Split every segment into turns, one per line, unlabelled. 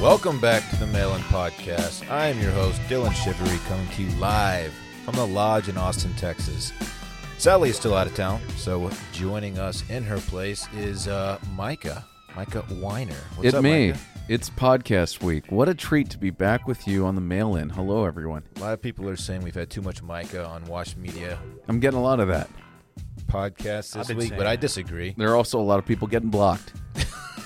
Welcome back to the Mail In Podcast. I am your host, Dylan Shivery, coming to you live from the Lodge in Austin, Texas. Sally is still out of town, so joining us in her place is uh, Micah, Micah Weiner. What's
it
up,
me.
Micah?
It's podcast week. What a treat to be back with you on the mail in. Hello, everyone.
A lot of people are saying we've had too much Micah on Wash Media
I'm getting a lot of that.
podcast this
been
week,
saying
but I
that.
disagree.
There are also a lot of people getting blocked.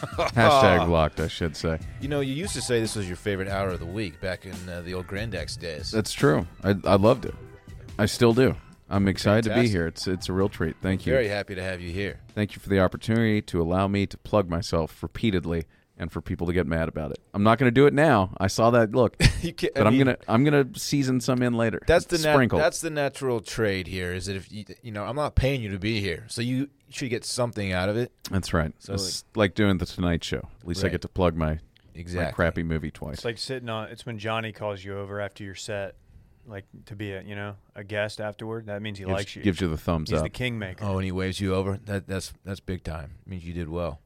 Hashtag blocked, I should say.
You know, you used to say this was your favorite hour of the week back in uh, the old Grandex days.
That's true. I, I loved it. I still do. I'm excited to
Fantastic.
be here. It's it's a real treat. Thank you.
Very happy to have you here.
Thank you for the opportunity to allow me to plug myself repeatedly and for people to get mad about it. I'm not going to do it now. I saw that look.
You can't- I
but I'm
mean-
going to I'm going to season some in later.
That's the nat-
sprinkle.
that's the natural trade here. Is that if you, you know I'm not paying you to be here, so you should get something out of it.
That's right.
So,
it's like doing the Tonight Show. At least
Right.
I get to plug my, my
Exactly.
crappy movie twice.
It's like sitting on. It's when Johnny calls you over after your set, like to be a you know a guest afterward. That means he
gives,
likes you.
gives you the thumbs
He's
up.
the kingmaker.
Oh, and he waves you over. That that's that's big time. means you did well.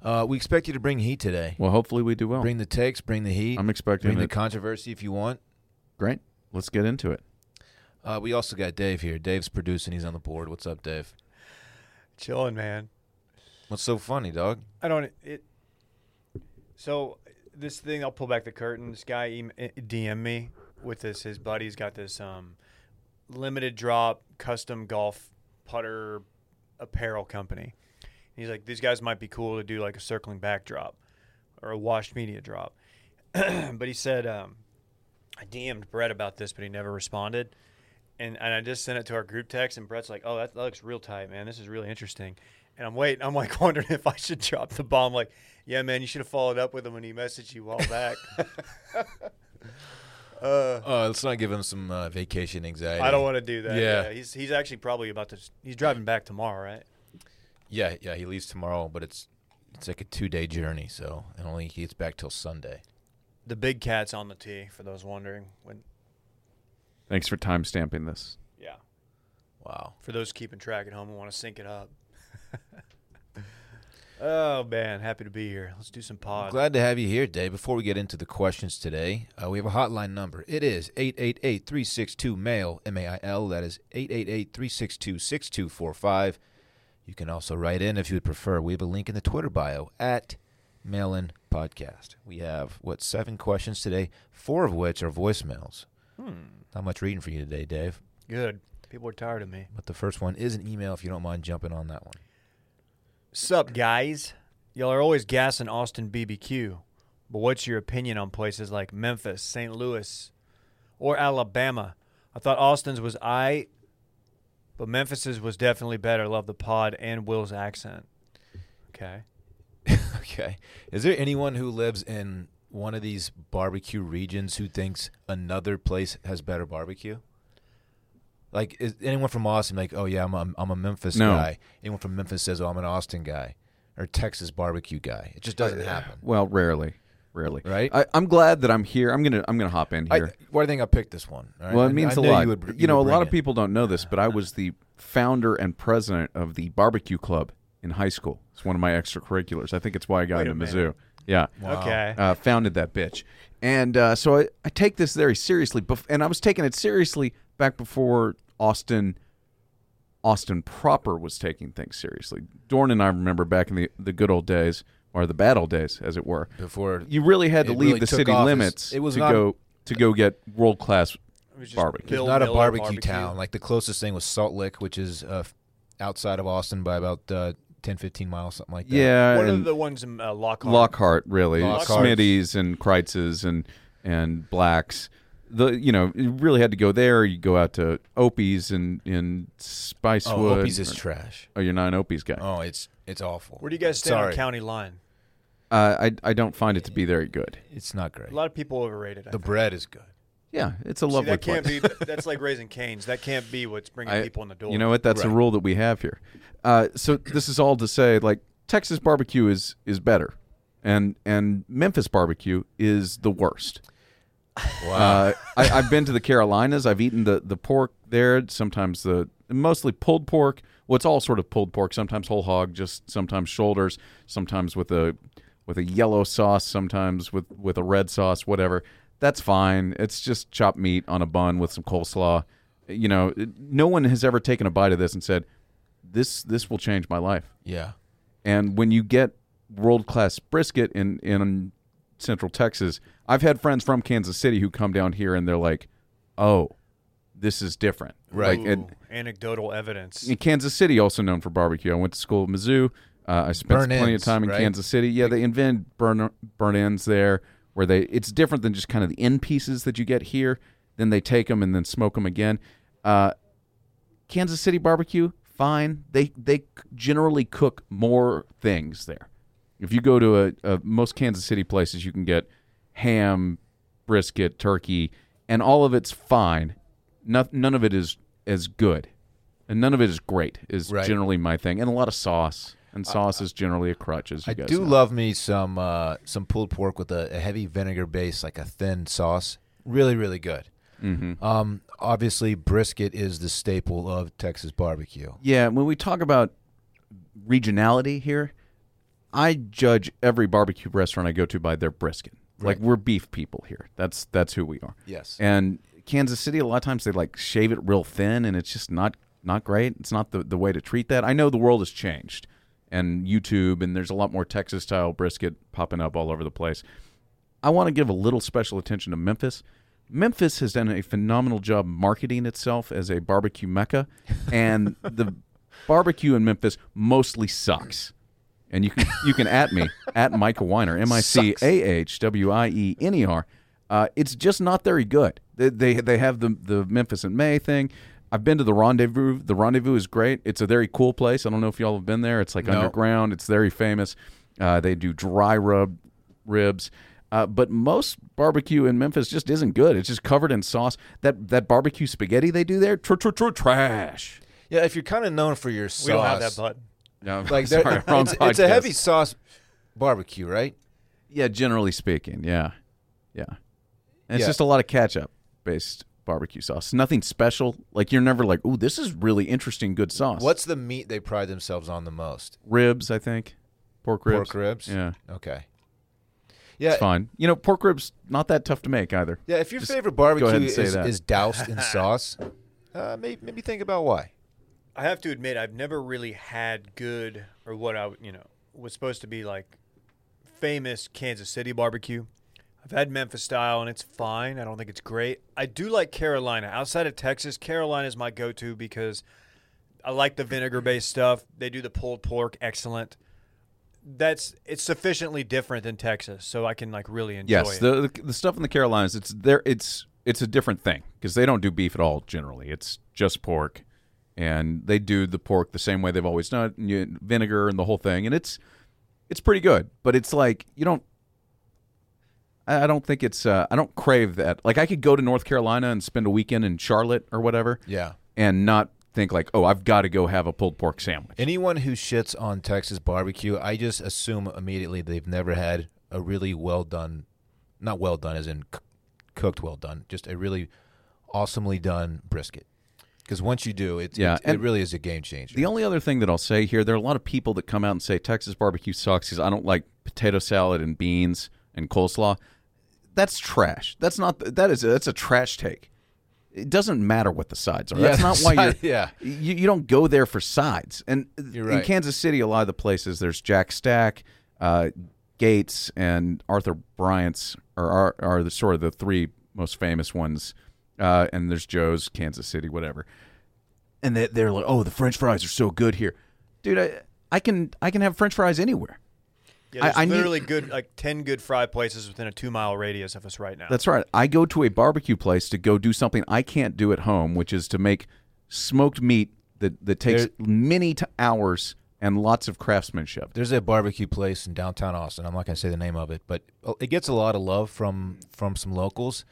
Uh, we expect you to bring heat today.
well, hopefully we do well.
Bring the takes. Bring the heat.
I'm expecting
bring the
it.
controversy if you want.
Great. Let's get into it.
Uh, we also got Dave here. Dave's producing. He's on the board. What's up, Dave?
Chilling, man.
What's so funny, dog?
I don't. It. So this thing, I'll pull back the curtain. This guy e, em- DM me with this. His buddy's got this um, limited drop custom golf putter apparel company. And he's like, these guys might be cool to do like a circling back drop or a washed media drop. but he said, um, I DM'd Brett about this, but he never responded. And, and I just sent it to our group text, and Brett's like, "Oh, that, that looks real tight, man. This is really interesting." And I'm waiting. I'm like wondering if I should drop the bomb. Like, yeah, man, you should have followed up with him when he messaged you while back. uh,
Uh, let's not give him some uh, vacation anxiety.
I don't want to do that.
Yeah.
Yeah. he's he's actually probably about to. He's driving back tomorrow, right?
Yeah, yeah. He leaves tomorrow, but it's it's like a two day journey, so and only he gets back till Sunday.
The big cat's on the tee for those wondering. When
Thanks for time stamping this.
yeah,
Wow.
for those keeping track at home and want to sync it up. oh man, happy to be here. Let's do some pod.
Glad to have you here, Dave. Before we get into the questions today, uh, we have a hotline number. It is 888 362 MAIL, M A I L. That is 888 362 6245. You can also write in if you would prefer. We have a link in the Twitter bio at Mail In Podcast. We have, what, seven questions today, four of which are voicemails. Not much reading for you today, Dave,
Hmm, Good. People are tired of me.
but the first one is an email if you don't mind jumping on that one.
Sup, guys? Y'all are always gassing Austin BBQ, but what's your opinion on places like Memphis, St. Louis, or Alabama? I thought Austin's was I, but Memphis's was definitely better. Love the pod and Will's accent. Okay.
Okay. Is there anyone who lives in one of these barbecue regions who thinks another place has better barbecue? Like, is anyone from Austin like, oh yeah, I'm a, I'm a Memphis
No.
guy. Anyone from Memphis says, oh, I'm an Austin guy or Texas barbecue guy. It just doesn't happen,
Well, rarely, rarely.
right?
I, I'm glad that I'm here. I'm gonna I'm gonna hop in
I,
here.
why do you think I picked this one? All right?
well,
I-
it means
I
a
knew
lot.
You, would, br-
know,
would
a lot
bring
of
it.
people don't know this, but I was the founder and president of the barbecue club in high school. It's one of my extracurriculars. I think it's why I got
Wait a
into Mizzou.
minute.
Yeah.
Okay.
uh, founded that bitch. And uh, so I, I take this very seriously. Bef- and I was taking it seriously back before Austin Austin proper was taking things seriously. Dorn and I remember back in the, the good old days, or the bad old days, as it were.
before.
You really had to
It
leave
really
the
took
city
off as-
limits
it was
to
not-
go to go get world class
It was just
barbecue.
Bill
It's not a
Miller
barbecue, town. Like the closest thing was Salt Lick, which is uh, f- outside of Austin by about uh, 10, 15 miles, something like that.
Yeah,
What are
and
the ones in uh, Lockhart?
Lockhart really,
Lockhart.
Smitty's and Kreitz's and and Blacks. The you know you really had to go there. You go out to Opie's and in Spicewood.
Oh, Opie's is
Or-
trash.
oh, you're not an Opie's guy.
Oh, it's it's awful.
Where do you guys stand
Sorry.
on county line?
Uh, I I don't find it to be very good.
It's not great.
A lot of people overrated. I
The
think.
bread is good.
Yeah, it's a
See,
lovely
that can't
place.
be. That's like raising canes. That can't be what's bringing
I-
people in the door.
You know what? That's the
Right.
rule that we have here. Uh, so this is all to say, like Texas barbecue is is better, and and Memphis barbecue is the worst.
Wow.
Uh, I, I've been to the Carolinas. I've eaten the, the pork there. Sometimes the mostly pulled pork. Well, it's all sort of pulled pork. Sometimes whole hog. Just sometimes shoulders. Sometimes with a with a yellow sauce, sometimes with with a red sauce, whatever. That's fine. It's just chopped meat on a bun with some coleslaw. You know, it- no one has ever taken a bite of this and said, "This this will change my life."
Yeah.
And when you get world class brisket in in Central Texas, I've had friends from Kansas City who come down here and they're like, "Oh, this is different."
Right.
Like, and,
Ooh, anecdotal evidence.
and Kansas City also known for barbecue. I went to school at Mizzou. Uh, I spent
Burn
plenty
ends,
of time in
right?
Kansas City. Yeah, they invent burn burn ends there, where they it's different than just kind of the end pieces that you get here. Then they take them and then smoke them again. Uh, Kansas City barbecue, fine. They they c- generally cook more things there. If you go to a, a most Kansas City places, you can get ham, brisket, turkey, and all of it's fine. No, none of it is as good, and none of it is great. Is
Right.
generally my thing, and a lot of sauce. And sauce is generally a crutch, as you
I
guys
do
know.
love me some uh, some pulled pork with a, a heavy vinegar base, like a thin sauce. Really, really good. Mm-hmm. Um, obviously, brisket is the staple of Texas barbecue.
Yeah, when we talk about regionality here, I judge every barbecue restaurant I go to by their brisket. Like we're beef people here. That's that's who we are.
Yes.
And Kansas City, a lot of times they like shave it real thin, and it's just not not great. It's not the the way to treat that. I know the world has changed, and YouTube, and there's a lot more Texas style brisket popping up all over the place. I want to give a little special attention to Memphis. Memphis has done a phenomenal job marketing itself as a barbecue mecca, and the barbecue in Memphis mostly sucks. And you can you can at me at Michael Weiner M I C A H W I E N E R. Uh, It's just not very good. They they, they have the the Memphis in May thing. I've been to the Rendezvous. The Rendezvous is great. It's a very cool place. I don't know if y'all have been there. It's like underground. It's very famous. Uh, they do dry rub ribs. Uh, but most barbecue in Memphis just isn't good. It's just covered in sauce. That that barbecue spaghetti they do there, tr- tr- tr- trash.
Yeah, if you're kind of known for your sauce,
we don't have that button.
No,
like
sorry,
they're-
wrong
it's, it's a heavy
podcast.
sauce barbecue, right?
Yeah, generally speaking, yeah, yeah. And it's
Yeah.
just a lot of ketchup based barbecue sauce. Nothing special. Like you're never like, ooh, this is really interesting, good sauce.
What's the meat they pride themselves on the most?
ribs? I think pork ribs.
Pork ribs.
Yeah,
Okay. Yeah.
it's fine. You know, pork ribs not that tough to make either.
Yeah. If your
Just
favorite
go ahead
barbecue
and say
is,
that.
is doused in sauce, uh, maybe, maybe think about why.
I have to admit, I've never really had good or what I would- you know was supposed to be like famous Kansas City barbecue. I've had Memphis style and it's fine. I don't think it's great. I do like Carolina. Outside of Texas, Carolina is my go-to because I like the vinegar-based stuff. They do the pulled pork, excellent. That's it's sufficiently different than Texas, so I can like really enjoy
Yes,
it.
the, the the stuff in the Carolinas, it's there. It's it's a different thing because they don't do beef at all. Generally, it's just pork, and they do the pork the same way they've always done it, and you- vinegar and the whole thing, and it's it's pretty good. But it's like you don't. I I don't think it's. Uh, I don't crave that. Like I could go to North Carolina and spend a weekend in Charlotte or whatever,
Yeah.
and not think like, oh, I've got to go have a pulled pork sandwich.
Anyone who shits on Texas barbecue, I just assume immediately they've never had a really well done, not well done as in c- cooked well done, just a really awesomely done brisket. Because once you do, it,
Yeah,
it, it
and-
really is a game changer.
The only other thing that I'll say here, there are a lot of people that come out and say Texas barbecue sucks because I don't like potato salad and beans and coleslaw. That's trash. That's not. That is. That's a trash take. It doesn't matter what the sides are.
Yeah,
that's not why
side-
you're.
yeah.
You, you don't go there for sides. And
You're
in
right.
Kansas City, a lot of the places there's Jack Stack, uh, Gates, and Arthur Bryant's are are, are the sort of the three most famous ones. Uh, and there's Joe's, Kansas City, whatever and they, they're like, "Oh, the French fries are so good here, dude. I, I can I can have French fries anywhere.
yeah,
I-
there's
I need-
literally good like ten good fry places within a two-mile radius of us right now.
That's right. I go to a barbecue place to go do something I can't do at home, which is to make smoked meat that that takes many t- hours and lots of craftsmanship.
There's a barbecue place in downtown Austin. I'm not going to say the name of it, but oh, it gets a lot of love from from some locals.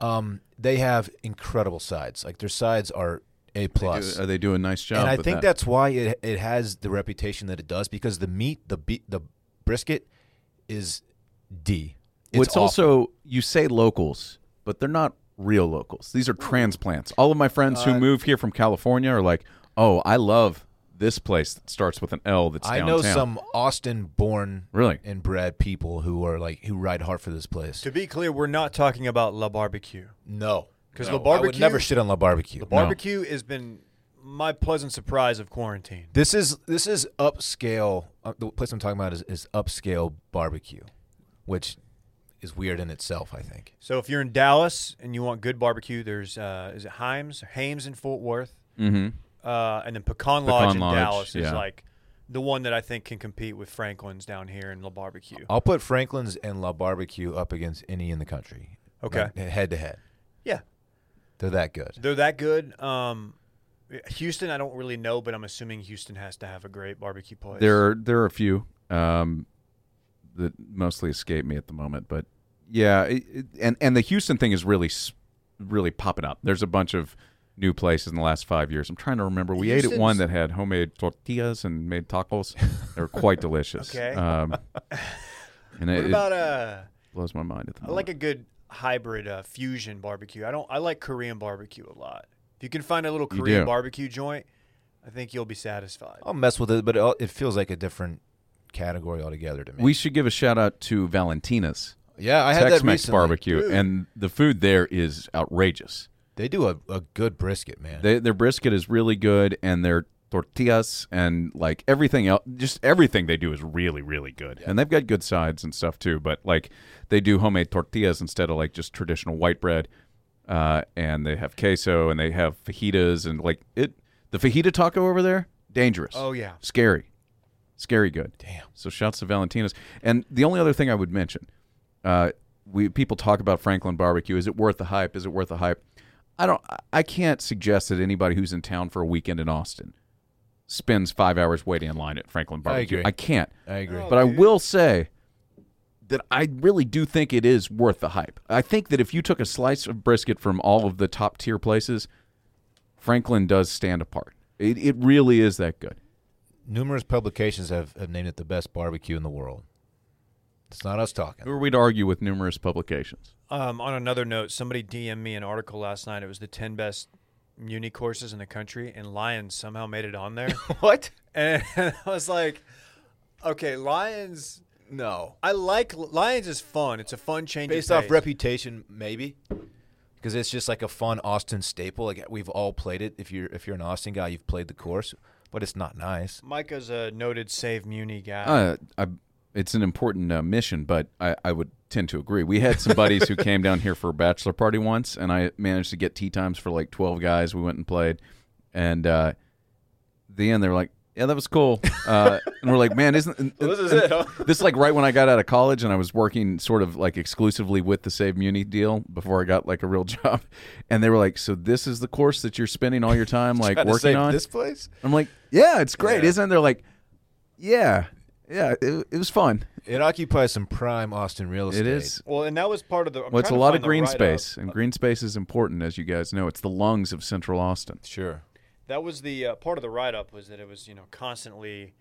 Um, they have incredible sides. Like their sides are a plus.
Do- uh, they do a nice job.
and I
with
think
that.
that's why it it has the reputation that it does because the meat, the be- the brisket, is D.
Well, it's also you say locals, but they're not real
Uh,
locals. These are transplants. All of my friends who move here from California are like, "Oh, I love this place that starts with an L that's
I
downtown.
know some Austin-born
Really?
and bred people who are like who ride hard for this place.
To be clear, we're not talking about La Barbecue.
no,
'Cause
No, I
La
would
Barbecue-
never shit on La Barbecue.
The barbecue has been my pleasant surprise of quarantine.
This is this is upscale. Uh, the place I'm talking about is, is upscale barbecue, which is weird in itself. I think.
So if you're in Dallas and you want good barbecue, there's uh, is it Himes, Hames in Fort Worth,
Mm-hmm.
uh, and then Pecan Lodge
Pecan
in
Lodge,
Dallas is
yeah.
like the one that I think can compete with Franklin's down here in La Barbecue.
I'll put Franklin's and La Barbecue up against any in the country.
Okay.
Like, head to head,
Yeah,
they're that good.
they're that good. Um, Houston, I don't really know, but I'm assuming Houston has to have a great barbecue place.
There are there are a few um, that mostly escape me at the moment, but yeah, it, it- and and the Houston thing is really s- really popping up. There's a bunch of new places in the last five years. I'm trying to remember. We ate at one
Houston's-
that had homemade tortillas and made tacos. they were quite delicious.
Okay.
Um, and
What
it,
about uh?
it blows my mind at the
I
moment.
like a good hybrid uh, fusion barbecue. I don't. I like Korean barbecue a lot. If you can find a little
You
Korean
do. Oh,
barbecue joint, I think you'll be satisfied.
I'll mess with it, but it, it feels like a different category altogether to me.
we should give a shout out to Valentina's
yeah, I had that
Tex-Mex
recently.
barbecue,
Dude.
and the food there is outrageous.
They do a, a good brisket, man.
They, their brisket is really good, and their tortillas and like everything else, just everything they do is really, really good. And they've got good sides and stuff too, but like they do homemade tortillas instead of like just traditional white bread. Uh, and they have queso and they have fajitas and like it. The fajita taco over there, dangerous.
Oh yeah.
Scary. Scary good.
Damn.
So shouts to Valentina's. And the only other thing I would mention, uh, we people talk about Franklin barbecue. Is it worth the hype? Is it worth the hype? I don't I can't suggest that anybody who's in town for a weekend in Austin spends five hours waiting in line at Franklin barbecue.
agree. Oh,
can't.
I agree.
No.
But I
dude.
will say that I really do think it is worth the hype. I think that if you took a slice of brisket from all of the top tier places, Franklin does stand apart. It, it really is that good.
Numerous publications have, have named it the best barbecue in the world. It's not us
Who
talking.
are we to argue with numerous publications?
Um, on another note, somebody DM'd me an article last night. It was the ten best muni courses in the country, and Lions somehow made it on there.
What?
and I was like, okay, Lions.
No.
I like Lions is fun. It's a fun change.
Based
of
off
pace.
reputation, maybe, because it's just like a fun Austin staple. Like we've all played it. If you're if you're an Austin guy, you've played the course, but it's not nice.
Micah's a noted save muni guy.
Uh, I, it's an important uh, mission, but I, I would tend to agree. We had some buddies who came down here for a bachelor party once, and I managed to get tea times for like 12 guys. We went and played. And uh, at the end, they were like, yeah, that was cool. Uh, and we're like, man, isn't and-
Well, this is
and-
it, huh?"
This is like right when I got out of college and I was working sort of like exclusively with the Save Muni deal before I got like a real job. And they were like, so this is the course that you're spending all your time like
Trying to
working
save
on?
this place.
I'm like, yeah, it's great,
Yeah.
isn't it? They're like, yeah, yeah, it, it was fun.
It occupies some prime Austin real estate.
It is.
well, and that was part of the. I'm
Well, it's a
trying to
lot
find
of
the uh,
green
write-up.
space, and green space is important, as you guys know. It's the lungs of Central Austin.
Sure.
That was the uh, part of the write up was that it was you know constantly,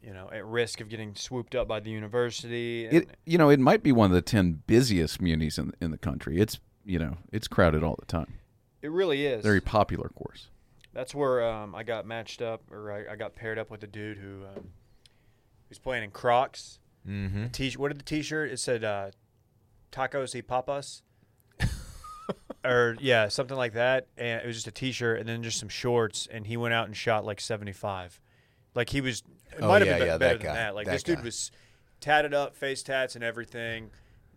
you know, at risk of getting swooped up by the university. And
It, you know, it might be one of the ten busiest munis in in the country. It's you know, it's crowded all the time.
it really is.
Very popular course.
That's where um, I got matched up, or I, I got paired up with a dude who um, was playing in Crocs.
Mm-hmm.
T what did the T-shirt? It said uh, "Tacos y Papas," or yeah, something like that. And it was just a T-shirt, and then just some shorts. And he went out and shot like seventy-five. Like he was, it
Oh,
might
yeah,
have been
yeah,
be- better
that
than
guy,
that. Like
that
this
guy.
dude was tatted up, face tats, and everything.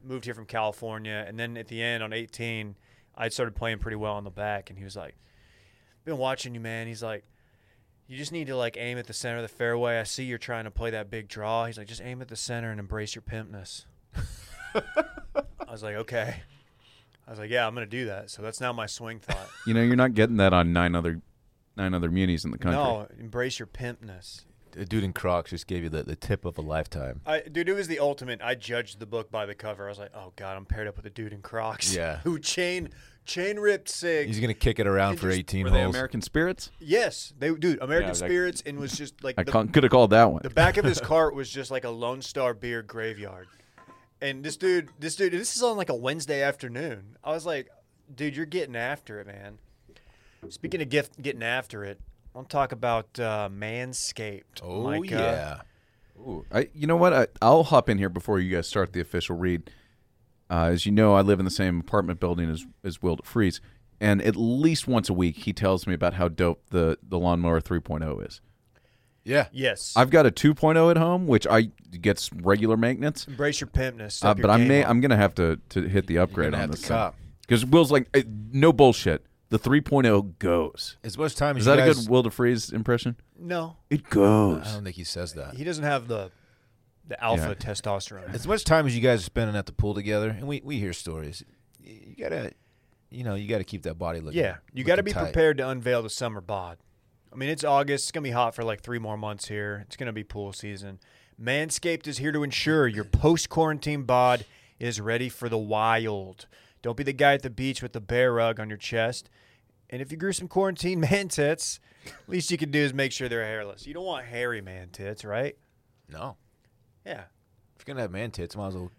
Moved here from California, and then at the end on eighteen, I started playing pretty well on the back, and he was like, "Been watching you, man." He's like. You just need to like aim at the center of the fairway. I see you're trying to play that big draw. He's like, just aim at the center and embrace your pimpness. I was like, okay. I was like, yeah, I'm gonna do that. So that's now my swing thought.
You know, you're not getting that on nine other nine other munis in the country.
no, embrace your pimpness.
A dude in Crocs just gave you the, the tip of a lifetime.
I, dude, it was the ultimate. I judged the book by the cover. I was like, oh god, I'm paired up with a dude in Crocs.
Yeah.
Who chain chain ripped sig?
He's gonna kick it around
They
for
just-
18
Were they
holes.
American spirits?
yes, they dude American
Yeah, like-
Spirits, and was just like
I
the
could have called that one.
The back of his cart was just like a Lone Star beer graveyard. And this dude, this dude, this is on like a Wednesday afternoon. I was like, dude, you're getting after it, man. Speaking of gift, getting after it, I'm talking about uh, Manscaped.
Oh
uh,
Micah.
yeah.
Ooh, I, you know what? I, I'll hop in here before you guys start the official read. Uh, as you know, I live in the same apartment building as as Will Freeze, and at least once a week he tells me about how dope the the lawnmower 3.0 is.
Yeah.
Yes.
I've got a 2.0 at home, which I gets regular maintenance,
Embrace your pimpness.
uh,
Step your
but I
game
may
up.
I'm gonna have to to hit the upgrade
gonna
on
have
this
to cop.
because Will's like, "Eh, no bullshit. The 3.0 goes.
As much time as
Is that
you
a
guys-
good Will DeFreeze impression?
no.
It goes.
I don't think he says that.
He doesn't have the the alpha testosterone.
As much time as you guys are spending at the pool together, and we, we hear stories, y- you gotta, you know, you gotta keep that body looking.
yeah, you got to
looking
be
tight.
prepared to unveil the summer bod. I mean, it's August. It's gonna be hot for like three more months here. It's gonna be pool season. Manscaped is here to ensure your post quarantine bod is ready for the wild. Don't be the guy at the beach with the bear rug on your chest. And if you grew some quarantine man tits, least you can do is make sure they're hairless. You don't want hairy man tits, right?
No,
Yeah.
if you're gonna have man tits, might as well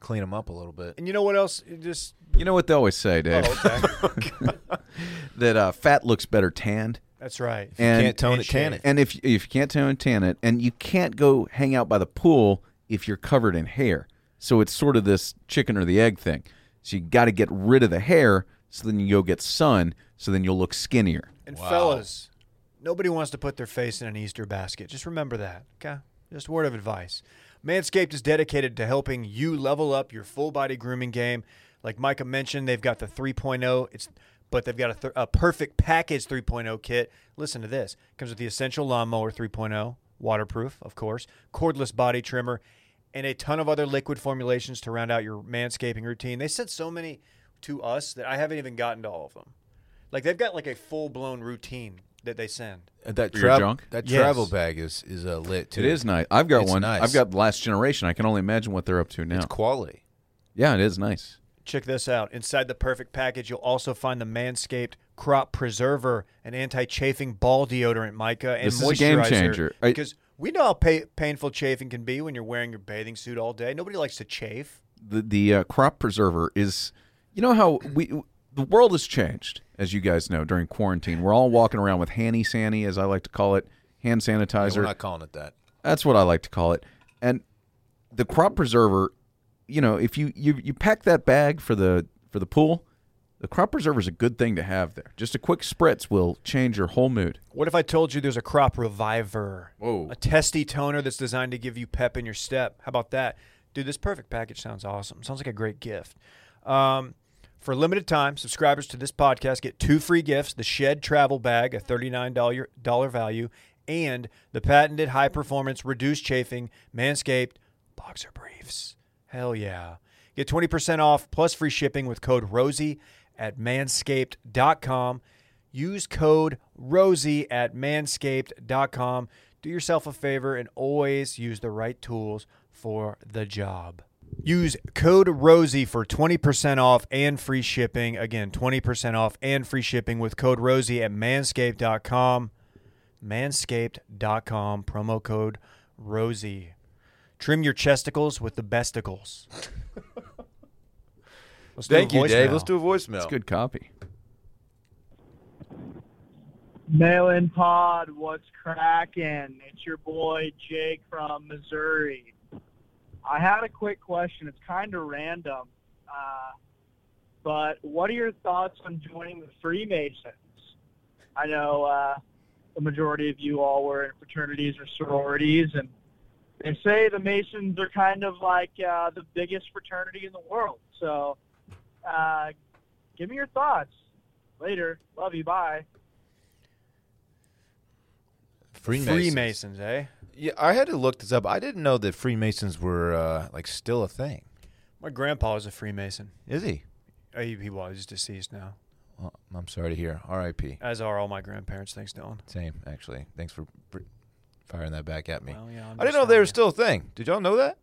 clean them up a little bit.
And you know what else? It Just
You know what they always say, Dave?
oh, okay.
that uh, fat looks better tanned.
That's right.
and
Can't tone
and
it, can it?
and if if you can't tan, tan it, and you can't go hang out by the pool if you're covered in hair. So it's sort of this chicken or the egg thing. So you got to get rid of the hair, so then you go get sun, so then you'll look skinnier.
And
Wow.
fellas, nobody wants to put their face in an Easter basket. Just remember that, okay? Just a word of advice. Manscaped is dedicated to helping you level up your full body grooming game. Like Micah mentioned, they've got the 3.0. It's but they've got a, th- a perfect package 3.0 kit. Listen to this. comes with the essential lawnmower 3.0, waterproof, of course, cordless body trimmer, and a ton of other liquid formulations to round out your manscaping routine. They sent so many to us that I haven't even gotten to all of them. Like they've got like a full blown routine that they send.
And Uh, that
For your
trav-
junk?
that
Yes.
travel bag is is uh, lit too.
It is nice. I've got
It's
one.
nice.
I've got the last generation. I can only imagine what they're up to now.
It's quality.
Yeah, it is nice.
Check this out. Inside the perfect package, you'll also find the Manscaped Crop Preserver, an anti-chafing ball deodorant, Micah, and
This is
moisturizer.
a game changer. I-
because we know how pa- painful chafing can be when you're wearing your bathing suit all day. Nobody likes to chafe.
the the uh, crop preserver is you know how we the world has changed as you guys know during quarantine we're all walking around with handy sandy as i like to call it hand
Yeah,
sanitizer
we're not calling it that.
that's what i like to call it and the crop preserver you know if you you, you pack that bag for the for the pool the crop preserver is a good thing to have there just a quick spritz will change your whole mood
What if I told you there's a crop reviver?
Whoa.
A testy toner that's designed to give you pep in your step. How about that? Dude, this perfect package sounds awesome. Sounds like a great gift. Um, for a limited time, subscribers to this podcast get two free gifts the Shed Travel Bag, a $39 dollar value, and the patented high performance, reduced chafing, manscaped boxer briefs. Hell yeah. Get 20% off plus free shipping with code ROSIE at manscaped.com. Use code ROSIE at manscaped.com. Do yourself a favor and always use the right tools for the job. Use code ROSIE for 20% off and free shipping. Again, 20% off and free shipping with code ROSIE at manscaped.com. Manscaped.com, promo code ROSIE. Trim your chesticles with the besticles. Let's do a
Thank you, Dave.
voicemail.
Let's do a voicemail.
it's good copy
Mail in pod, what's cracking? It's your boy Jake from Missouri. I had a quick question. It's kind of random, uh, but what are your thoughts on joining the Freemasons? I know uh, the majority of you all were in fraternities or sororities, and they say the Masons are kind of like uh, the biggest fraternity in the world. So, uh, give me your thoughts. Later. Love you. Bye.
Freemasons.
Freemasons, eh?
Yeah, I had to look this up. I didn't know that Freemasons were uh, like still a thing.
My grandpa was a Freemason.
Is he?
Uh, He, he was. He's deceased now,
Well, I'm sorry to hear. R.I.P.
as are all my grandparents. Thanks, Dylan.
Same, actually. Thanks for br- firing that back at me.
Well, yeah, I'm
I didn't
just
know they
telling
were
you.
still a thing. Did y'all know that?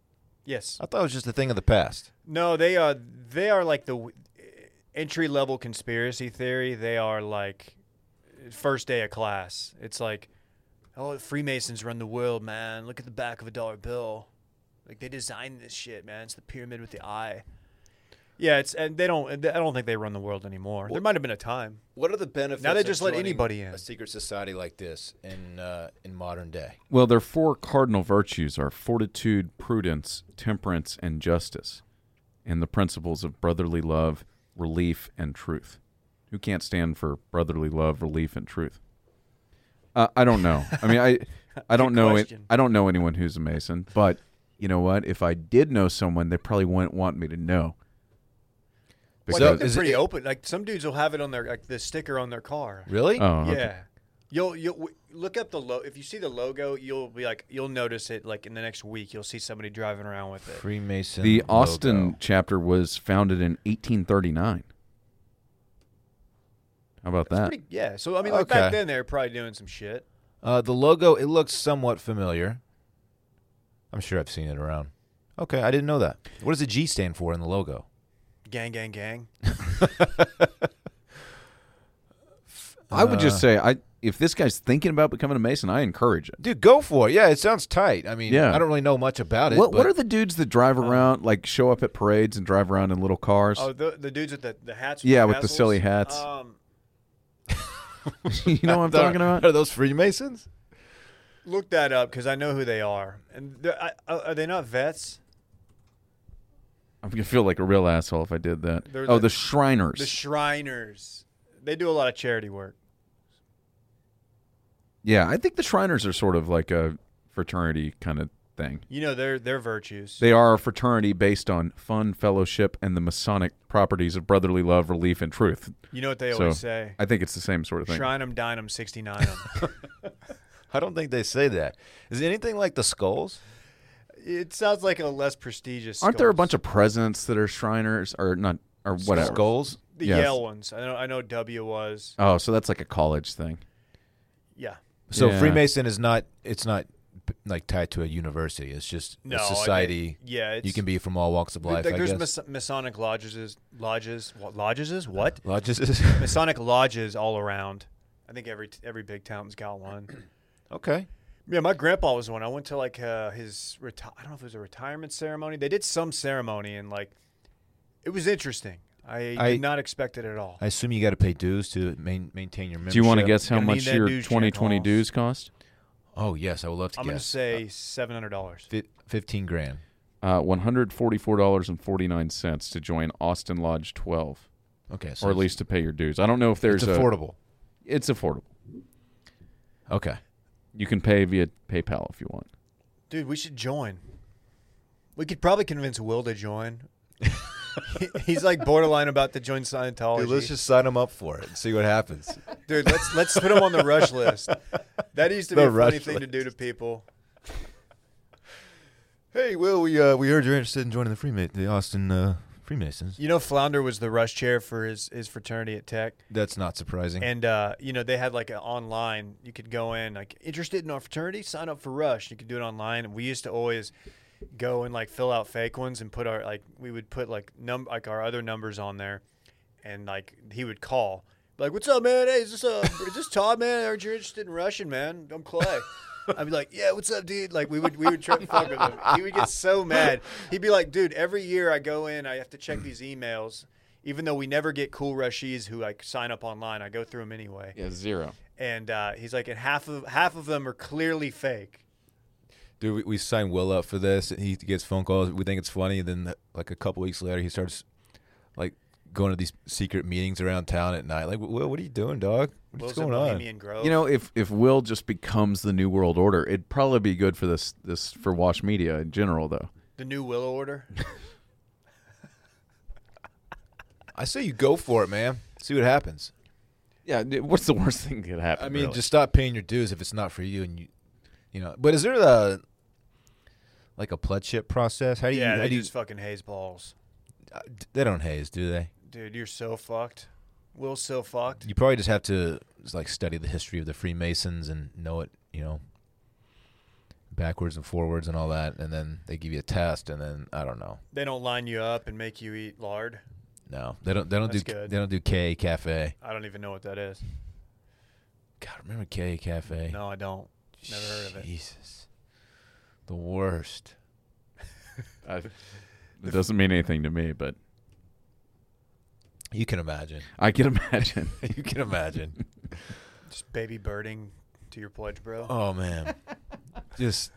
Yes.
I thought it was just a thing of the past.
No, they are. They are like the w- entry level conspiracy theory. They are like first day of class. It's like, oh, the Freemasons run the world, man. Look at the back of a dollar bill. Like they designed this shit, man. It's the pyramid with the eye. Yeah, it's and they don't. I don't think they run the world anymore. there might have been a time.
What are the benefits?
Now they
of
just let
joining
anybody in.
A secret society like this in uh, in modern day.
Well, their four cardinal virtues are fortitude, prudence, temperance, and justice, and the principles of brotherly love, relief, and truth. Who can't stand for brotherly love, relief, and truth? Uh, I don't know. I mean, I I don't
Good
know it.
question.
I don't know anyone who's a Mason, but you know what? If I did know someone, they probably wouldn't want me to know.
Well,
So
I think they're
is
pretty
it-
open. Like some dudes will have it on their like the sticker on their car.
Really?
oh, okay.
Yeah. You'll you'll w- look up the lo- if you see the logo, you'll be like you'll notice it like in the next week. You'll see somebody driving around with it.
Freemason.
The
logo.
Austin chapter was founded in 1839. How about that?
Pretty, yeah. So I mean, like back
Okay.
then they were probably doing some shit.
Uh, the logo. It looks somewhat familiar. I'm sure I've seen it around. Okay, I didn't know that. What does the G stand for in the logo?
Gang, gang, gang.
I would
Uh,
just say, I if this guy's thinking about becoming a Mason, I encourage it.
Dude, go for it. Yeah, it sounds tight. I mean,
Yeah.
I don't really know much about it.
What
but
What are the dudes that drive around, like show up at parades and drive around in little cars?
uh, Oh, the, the dudes with the, the hats.
Yeah,
the
with the
tassels?
silly hats.
Um,
you know what I'm talking about?
Are those Freemasons?
look that up because I know who they are. And they're- I, uh, are they not vets?
I'm gonna feel like a real asshole if I did that.
They're
oh,
the-
the Shriners.
The Shriners. They do a lot of charity work.
yeah, I think the Shriners are sort of like a fraternity kind of thing.
You know their their virtues.
They are a fraternity based on fun, fellowship, and the Masonic properties of brotherly love, relief, and truth.
you know what they
So,
always say:
I think it's the same sort of thing.
Shrine 'em, dine 'em, 69 'em.
I don't think they say that. Is it anything like the skulls?
it sounds like a less prestigious.
Aren't there a
skulls.
bunch of presidents that are Shriners or not or whatever?
Skulls?
the
Yes.
Yale ones? I know. I know W was.
Oh, so that's like a college thing.
Yeah.
So
Yeah.
Freemason is not. It's not like tied to a university. It's just
No.
a
I think-
society.
yeah. It's,
you can be from all walks of life.
Like,
I
there's
guess.
Mas- Masonic lodges, lodges, what, lodges is what?
Lodges.
Masonic lodges all around. I think every every big town's got one.
okay.
Yeah, my grandpa was one. I went to like uh, his reti- I don't know if it was a retirement ceremony. They did some ceremony and like it was interesting. I,
I-
did not expect it at all.
I assume you got to pay dues to main, maintain your membership.
Do you want to guess how
Gonna need
much
that
your
dues check
2020
off.
dues cost?
Oh yes, I would love to
I'm gonna
guess. Uh,
say seven hundred dollars.
Fi- Fifteen grand.
Uh, $144.49 to join Austin Lodge 12,
Okay. So
or at
it's-
least to pay your dues. I don't know if there's
it's
a.
affordable.
It's affordable.
Okay.
You can pay via PayPal if you want.
Dude, we should join. We could probably convince Will to join. He- He's like borderline about to join Scientology.
Dude, let's just sign him up for it and see what happens.
Dude, let's let's put him on the rush list. That used to be
The
a funny
rush
thing to do to people.
hey, Will, we uh, we heard you're interested in joining the Freema- the Austin uh, Freemasons.
You know, Flounder was the rush chair for his his fraternity at Tech.
That's not surprising.
And uh, you know, they had like an online. You could go in like interested in our fraternity, sign up for Rush. You could do it online. And we used to always go and like fill out fake ones and put our like we would put like num like our other numbers on there, and like he would call like, "What's up, man? Hey, is this uh is this Todd, man? Aren't you interested in Russian, man? I'm Clay." I'd be like, "Yeah, what's up, dude?" Like we would we would try to fuck with him. He would get so mad. He'd be like, "Dude, every year I go in, I have to check these emails." Even though we never get cool rushies who like sign up online, I go through them anyway.
Yeah, zero.
And uh, he's like, and half of half of them are clearly fake.
Dude, we, we signed Will up for this. And he gets phone calls. We think it's funny. And then, the, like a couple weeks later, he starts like going to these secret meetings around town at night. Like, Will, what are you doing, dog? What's
Will's in
going on?
Bohemian Grove.
You know, if if Will just becomes the new world order, it'd probably be good for this this for Wash Media in general, though.
the new Willow order.
I say you go for it, man. See what happens.
Yeah, d- what's the worst thing that could happen?
I mean,
really?
just stop paying your dues if it's not for you, and you, you know. But is there a like a pledgeship process? How do you?
Yeah,
how
they
do you-
just fucking haze balls.
uh, they don't haze, do they?
Dude, you're so fucked. Will's so fucked.
You probably just have to just, like study the history of the Freemasons and know it, you know, backwards and forwards and all that, and then they give you a test, and then I don't know.
They don't line you up and make you eat lard.
No, they don't. They don't
That's
do.
good.
They don't do K cafe.
I don't even know what that is.
God, remember K cafe?
No, I don't. Never heard of it.
Jesus, the worst.
Uh, I- it doesn't mean anything to me, but
You can imagine.
I can imagine.
You can imagine.
Just baby birding to your pledge, bro.
Oh man, just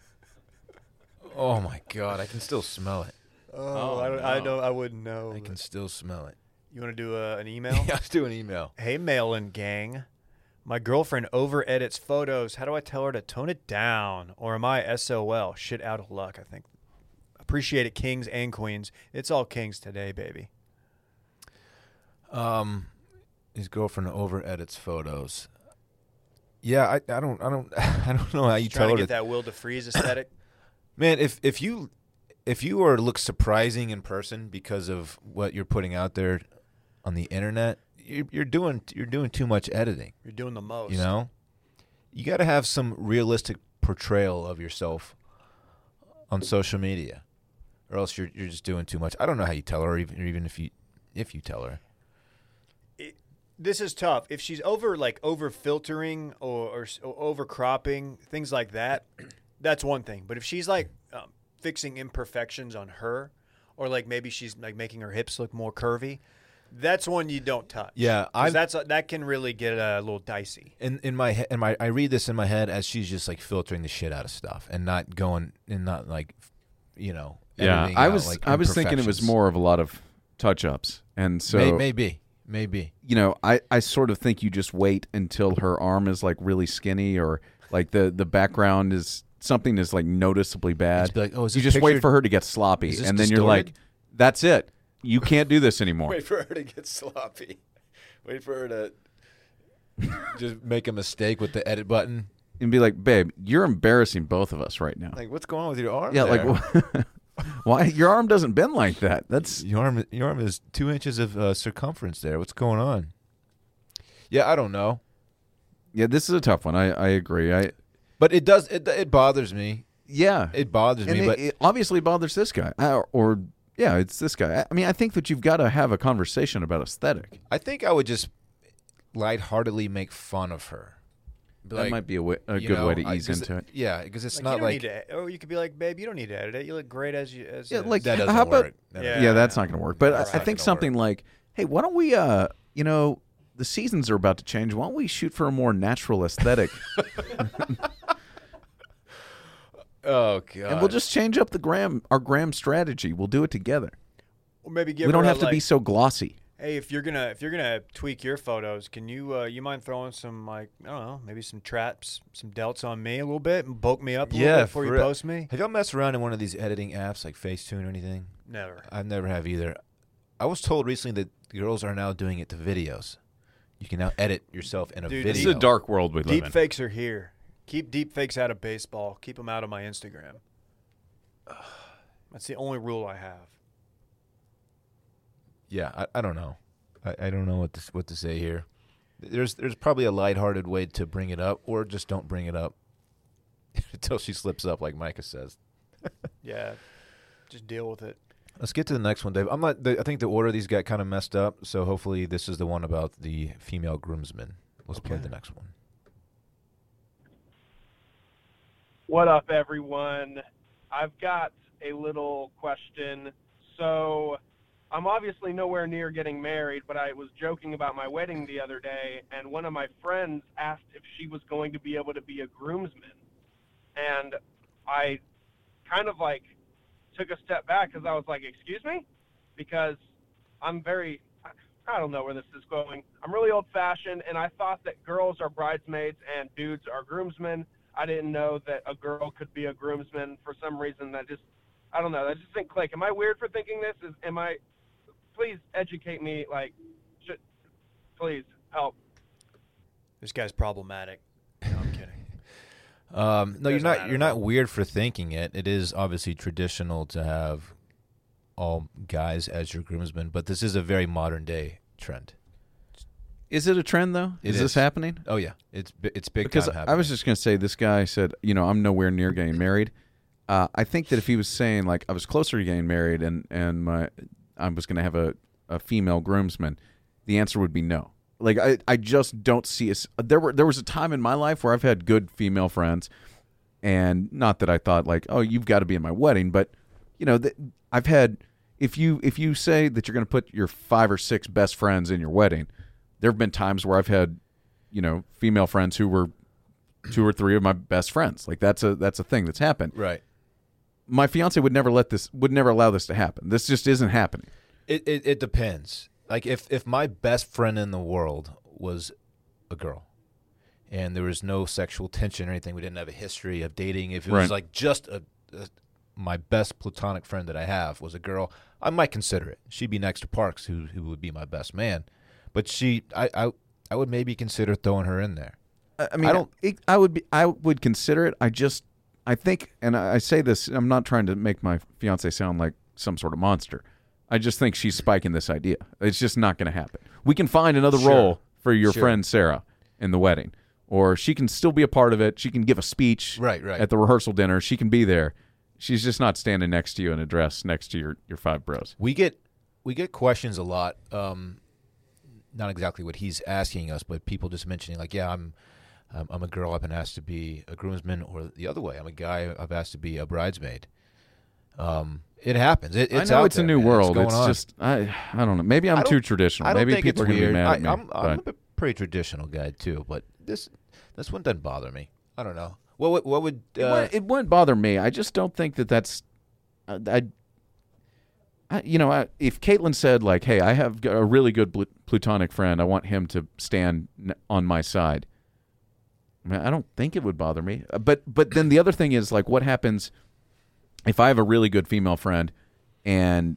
oh my god, I can still smell it.
Oh, I, don't, I
no.
don't. I wouldn't know.
I
but-
can still smell it.
You want to do uh an email?
Yeah, let's do an email.
Hey, mailin' gang. My girlfriend over edits photos. How do I tell her to tone it down? Or am I SOL? Shit out of luck, I think. Appreciate it, kings and queens. It's all kings today, baby.
Um, his girlfriend over edits photos. Yeah, I, I don't I don't I don't know how you tell
Trying
her
to get
to-
that Will DeFreeze aesthetic.
Man, if if you if you are to look surprising in person because of what you're putting out there on the internet, you're, you're doing you're doing too much editing.
You're doing the most.
You know, you got to have some realistic portrayal of yourself on social media, or else you're you're just doing too much. I don't know how you tell her, or even or even if you if you tell her.
this is tough. If she's over like over filtering or, or, s- or over cropping things like that, that's one thing. But if she's like um, fixing imperfections on her, or like maybe she's like making her hips look more curvy, that's one you don't touch.
Yeah,
'Cause
I've-
that's that can really get uh, a little dicey.
In in my he- in my I read this in my head as she's just like filtering the shit out of stuff and not going and not like, you know.
yeah,
editing
I
out,
was
like,
I was thinking it was
imperfections.
more of a lot of touch ups, and so
May maybe, maybe.
you know, I, I sort of think you just wait until her arm is like really skinny or like the, the background is something is like noticeably bad.
Just be like, oh, is
you
this
just wait
picture-
for her to get sloppy,
is this
and then you're like,
distorted?
that's it. You can't do this anymore.
Wait for her to get sloppy. Wait for her to just make a mistake with the edit button.
And be like, babe, you're embarrassing both of us right now.
Like, what's going on with your arm?
yeah,
there?
like, why your arm doesn't bend like that? That's
your arm. Your arm is two inches of uh, circumference there. What's going on? Yeah, I don't know,
yeah. This is a tough one. I, I agree. I
but it does. It it bothers me.
yeah.
It bothers
and
me.
it,
but
it obviously bothers this guy, Uh, or yeah, it's this guy. I- I mean, I think that you've got to have a conversation about aesthetic.
I think I would just lightheartedly make fun of her. Be
that
like,
might be a, way, a
you
good
know,
way to
I-
ease
'cause
into it.
Yeah, because it's
Like, you
not
don't
like
need to, or you could be like, babe, you don't need to edit it. You look great as you as
Yeah,
is."
like-
that doesn't
How about-
work. That
Yeah.
doesn't
Yeah, that's not going to work. But
That's
I, I
not
think
gonna
something like, hey, why don't we, uh, you know, the seasons are about to change. Why don't we shoot for a more natural aesthetic,
Oh god.
and we'll just change up the gram our gram strategy. We'll do it together.
or maybe give
We don't
her a,
have to be
like,
so glossy.
Hey, if you're gonna if you're gonna tweak your photos, can you uh, you mind throwing some like I don't know maybe some traps, some delts on me a little bit and bulk me up a little bit before you
for real.
post me?
Have y'all messed around in one of these editing apps like Facetune or anything?
Never.
I never have either. I was told recently that the girls are now doing it to videos. You can now edit yourself in a
Dude,
video.
this is
dark world we
Deep fakes are here. Keep deep fakes out of baseball. Keep them out of my Instagram. That's the only rule I have.
yeah, I, I don't know. I, I don't know what to, s- what to say here. There's there's probably a lighthearted way to bring it up, or just don't bring it up until she slips up, like Micah says.
Yeah, just deal with it.
Let's get to the next one, Dave. I'm not. The, I think the order of these got kind of messed up, so hopefully this is the one about the female groomsmen. Let's play
Okay.
the next one.
What up, everyone? I've got a little question. So, I'm obviously nowhere near getting married, but I was joking about my wedding the other day, and one of my friends asked if she was going to be able to be a groomsman. And I kind of like took a step back because I was like, Excuse me? Because I'm very, I- I don't know where this is going. I'm really old fashioned, and I thought that girls are bridesmaids and dudes are groomsmen. I didn't know that a girl could be a groomsman for some reason. That just, I don't know. That just didn't click. Am I weird for thinking this? Is am I? Please educate me. Like, sh- please help.
This guy's problematic. No, I'm kidding.
Um, no, you're
Doesn't
not.
matter,
You're not
though.
weird for thinking it. It is obviously traditional to have all guys as your groomsmen, but this is a very modern day trend.
Is it a trend though?
It
Is this
is.
happening?
Oh yeah, it's bi- it's big
because
time
I-
happening.
I was just going to say this guy said, you know, I'm nowhere near getting married. Uh, I think that if he was saying like I was closer to getting married and and my I was going to have a, a female groomsman, the answer would be no. Like I, I just don't see us. There were there was a time in my life where I've had good female friends, and not that I thought like, oh, you've got to be in my wedding, but you know, that I've had if you if you say that you're going to put your five or six best friends in your wedding, there have been times where I've had, you know, female friends who were two or three of my best friends. Like that's a that's a thing that's happened.
Right.
My fiance would never let this would never allow this to happen. This just isn't happening.
It, it it depends. Like if if my best friend in the world was a girl, and there was no sexual tension or anything, we didn't have a history of dating. If it
Right.
was like just a, a my best platonic friend that I have was a girl, I might consider it. She'd be next to Parks, who who would be my best man, but she I I, I would maybe consider throwing her in there.
I I mean,
I don't-
It, I would be. I would consider it. I just. I think, and I I say this. I'm not trying to make my fiance sound like some sort of monster. I just think she's spiking this idea. It's just not going to happen. We can find another
Sure.
role for your
Sure.
friend Sarah in the wedding, or she can still be a part of it. She can give a speech
Right, right.
at the rehearsal dinner. She can be there. She's just not standing next to you in a dress next to your, your five bros.
We get we get questions a lot. Um, not exactly what he's asking us, but people just mentioning like, yeah, I'm I'm, I'm a girl. I've been asked to be a groomsman, or the other way, I'm a guy. I've asked to be a bridesmaid. Um, it happens. It, it's
I know
out
it's a
there,
new
man.
world.
going
It's,
on.
just I I don't know. Maybe I'm
I don't-
too traditional.
I don't
Maybe
think it's
people are going to
weird.
be mad
I,
at me.
I'm,
but-
I'm a pretty traditional guy too, but this this one doesn't bother me. I don't know. What would, what would
it,
uh,
wouldn't, it wouldn't bother me. I just don't think that that's. I, I, I you know, I, if Caitlin said like, "Hey, I have a really good pl- plutonic friend. I want him to stand n- on my side," I, mean, I don't think it would bother me. Uh, But but then the other thing is like, what happens if I have a really good female friend, and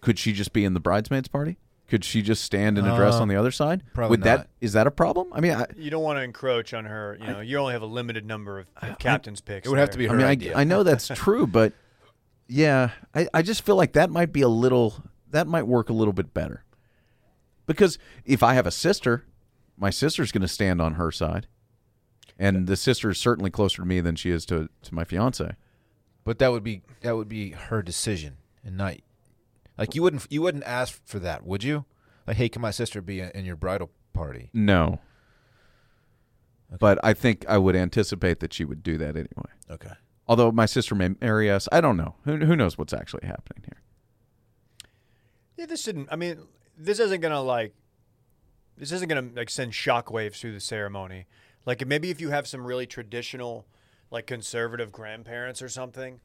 could she just be in the bridesmaids party? Could she just stand in a dress
Uh,
on the other side?
probably
would
not.
that is that a problem? I mean, I,
You don't want to encroach on her. You know, you only have a limited number of, of captain's picks.
it would have
there.
to be
I
her
mean,
idea.
I, I know that's true, but yeah, I, I just feel like that might be a little, that might work a little bit better. Because if I have a sister, my sister's going to stand on her side. And the sister is certainly closer to me than she is to, to my fiance.
But that would be that would be her decision and not like you wouldn't you wouldn't ask for that, would you? Like, hey, can my sister be in your bridal party?
No. But I think I would anticipate that she would do that anyway.
Okay.
Although my sister may marry us, I don't know. Who, who knows what's actually happening here?
Yeah, this didn't. I mean, this isn't gonna like. This isn't gonna like send shockwaves through the ceremony. Like maybe if you have some really traditional, like conservative grandparents or something,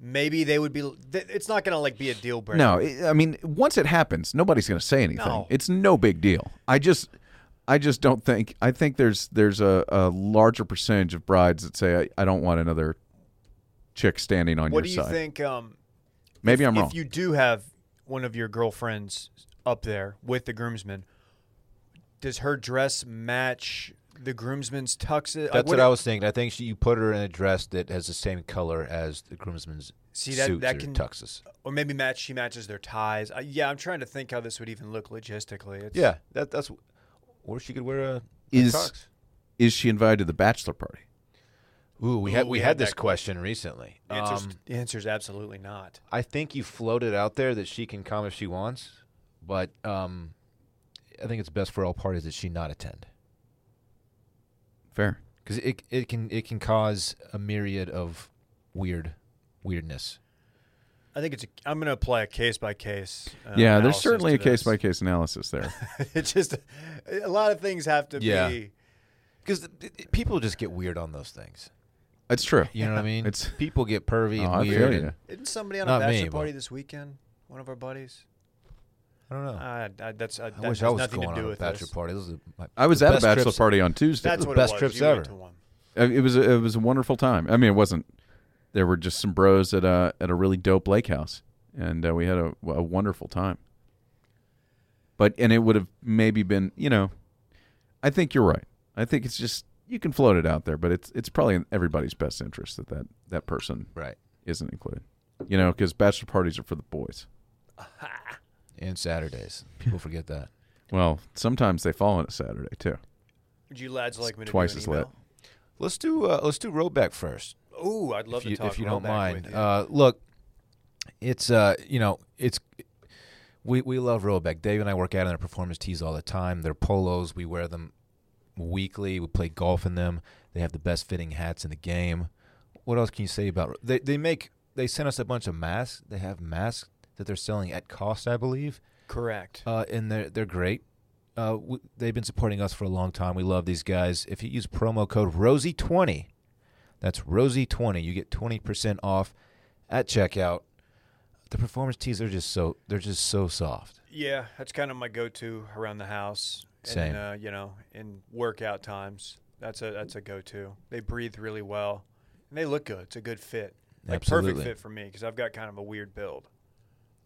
maybe they would be. th- It's not gonna like be a deal breaker.
No, it- I mean, once it happens, nobody's going to say anything.
No.
It's no big deal. I just, I just don't think. I think there's there's a, a larger percentage of brides that say, I, I don't want another chick standing on
What do
your
you
side.
think? Um,
Maybe I'm
if
wrong.
you do have one of your girlfriends up there with the groomsmen, does her dress match the groomsmen's tuxes? Like,
That's what, I was thinking. I think she, you put her in a dress that has the same color as the groomsman's
See, that-
suits
that
or
can-
tuxes.
or maybe match. She matches their ties. Uh, yeah, I'm trying to think how this would even look logistically. It's,
Yeah, that that's or she could wear a, a
Is-
tux.
Is she invited to the bachelor party?
Ooh, we
Ooh,
had we,
we
had,
had
this
that-
question recently.
The answer's,
Um,
the answer's absolutely not.
I think you floated out there that she can come if she wants, but um, I think it's best for all parties that she not attend.
Fair.
because it it can it can cause a myriad of weird weirdness.
I think it's. A, I'm going to apply a case by case. uh,
yeah, there's
analysis
certainly
to
a case
this.
by case analysis there.
it's just a lot of things have to
Yeah.
be.
Because people just get weird on those things.
it's true.
You know what I mean?
It's-
people get pervy
Oh,
and
I
weird.
feel you.
and-
Isn't somebody on
Not
a bachelor
me, but-
party this weekend? One of our buddies.
I don't know.
Uh, I, that's. I, that
I wish
has
I was
nothing
going
to do
on a
with
bachelor
this.
party. This is my,
I was
the
at a
best
bachelor
trips-
party on Tuesday.
That's
the
what
best
it was.
trips
You went
ever.
to one.
Uh, It was a, it was a wonderful time. I mean, it wasn't. There were just some bros at a at a really dope lake house, and uh, we had a, a wonderful time. But and it would have maybe been you know, I think you're right. I think it's just you can float it out there, but it's it's probably in everybody's best interest that that, that person
Right.
isn't included. You know, because bachelor parties are for the boys.
And Saturdays. People forget that.
Well, sometimes they fall on a Saturday too.
Would you lads like me to
twice
do an
as lit.
email?
Let's do uh, let's do Roback first.
Ooh, I'd love
if you,
to talk
if you
roll
don't
back
mind.
with you.
Uh, look, it's uh, you know, it's we we love Robeck. Dave and I work out in their performance tees all the time. They're polos. We wear them weekly. We play golf in them. They have the best fitting hats in the game. What else can you say about they? They make they sent us a bunch of masks. They have masks that they're selling at cost, I believe.
Correct.
Uh, and they're they're great. Uh, w- they've been supporting us for a long time. We love these guys. If you use promo code Rosie twenty, that's Rosie twenty, you get twenty percent off at checkout. The performance tees are just so they're just so soft.
Yeah, that's kind of my go-to around the house. And,
Same.
Uh, you know, in workout times, that's a that's a go-to. They breathe really well, and they look good. It's a good fit, like
Absolutely.
perfect fit for me because I've got kind of a weird build.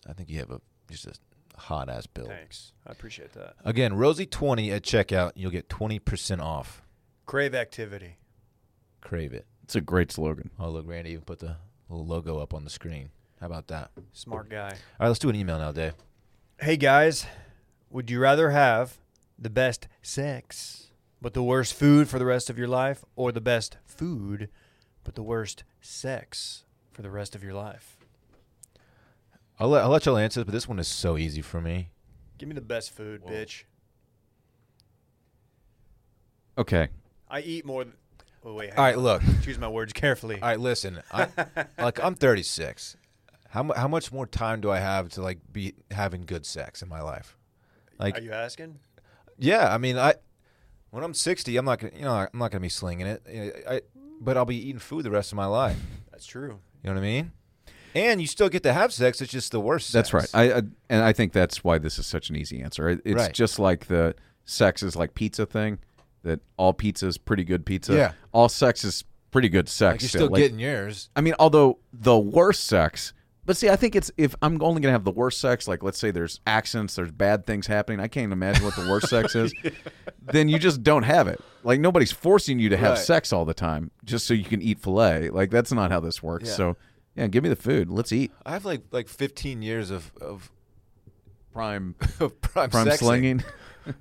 I think you have a just a hot ass build.
Thanks, I appreciate that.
Again, Rosie twenty at checkout, you'll get twenty percent off.
Crave activity.
Crave it.
It's a great slogan.
Oh look, Randy even put the little logo up on the screen. How about that?
Smart guy.
All right, let's do an email now, Dave.
Hey guys, would you rather have the best sex but the worst food for the rest of your life, or the best food but the worst sex for the rest of your life?
I'll let, I'll let y'all answer this, but this one is so easy for me.
Give me the best food, bitch.
Okay.
I eat more. Than, oh wait. hang
All right,
on.
look.
Choose my words carefully.
All right, listen. I, like I'm 36. How mu- how much more time do I have to like be having good sex in my life? Like
Are you asking?
yeah, I mean I when I'm 60, I'm not gonna you know I'm not gonna be slinging it. You know, I but I'll be eating food the rest of my life.
That's true.
You know what I mean? And you still get to have sex. It's just the worst.
That's right.
sex.
I, I and I think that's why this is such an easy answer. It- It's
Right.
just like the sex is like pizza thing. That all pizza is pretty good pizza.
Yeah.
All sex is pretty good sex.
like you're
still.
still
Like,
getting yours.
I mean, although the worst sex. But see, I think it's if I'm only gonna have the worst sex, like let's say there's accidents, there's bad things happening. I can't imagine what the worst sex is. Then you just don't have it. Like nobody's forcing you to have
Right.
sex all the time just so you can eat filet. Like that's not how this works.
Yeah.
So yeah, give me the food. Let's eat.
I have like like 15 years of of,
Prime
of prime,
prime
sexing,
slinging.